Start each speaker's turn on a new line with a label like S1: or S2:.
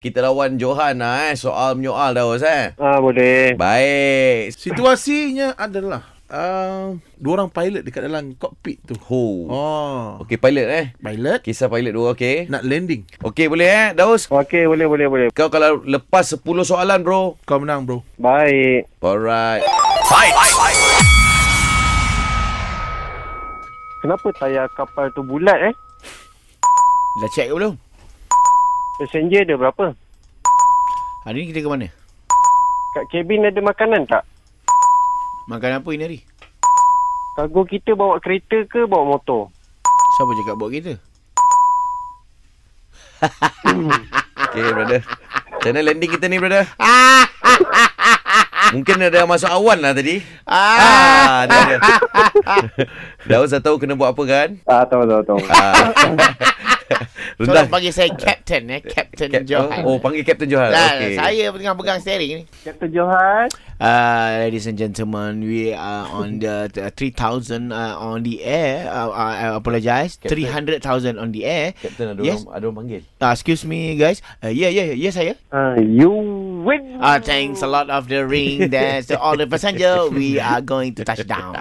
S1: Kita lawan Johan lah eh. Soal menyoal dah Os eh.
S2: Ah boleh.
S1: Baik.
S3: Situasinya adalah uh, dua orang pilot dekat dalam kokpit tu.
S1: Ho.
S3: Oh.
S1: Okey pilot eh.
S3: Pilot
S1: Kisah pilot dua okey.
S3: nak landing.
S1: Okey boleh eh. Daus.
S2: Okey boleh boleh boleh.
S1: Kau kalau lepas 10 soalan bro.
S3: Kau menang bro.
S2: Baik.
S1: Alright.
S2: Kenapa tayar kapal tu bulat eh?
S4: Dah check ke belum?
S2: Passenger dia berapa?
S4: Hari ni kita ke mana?
S2: Kat kabin ada makanan tak?
S4: Makan apa ini hari?
S2: Kargo kita bawa kereta ke bawa motor?
S4: Siapa cakap bawa kereta?
S1: Okay brother. Macam mana landing kita ni brother? Mungkin ada masuk awan lah tadi. Ah, dia ada. Daus dah tahu kena buat apa kan?
S2: Ah tahu tahu tahu.
S1: Ah.
S4: So,
S1: Rendah.
S4: orang panggil saya Captain eh. Captain
S1: Cap-
S4: Johan.
S1: Oh, panggil Captain Johan.
S4: Lah,
S1: Okey.
S4: Saya tengah pegang steering ni.
S2: Captain Johan.
S4: Uh, ladies and gentlemen, we are on the uh, 3,000 uh, on the air. Uh, uh, I apologize. 300,000 on the air.
S1: Captain ada
S4: Yes.
S1: orang ada orang panggil.
S4: Uh, excuse me, guys. Uh, yeah, yeah, yeah, saya.
S2: Ah you win.
S4: Ah, Uh, thanks a lot of the ring. That's the, all the passenger. We are going to touch down.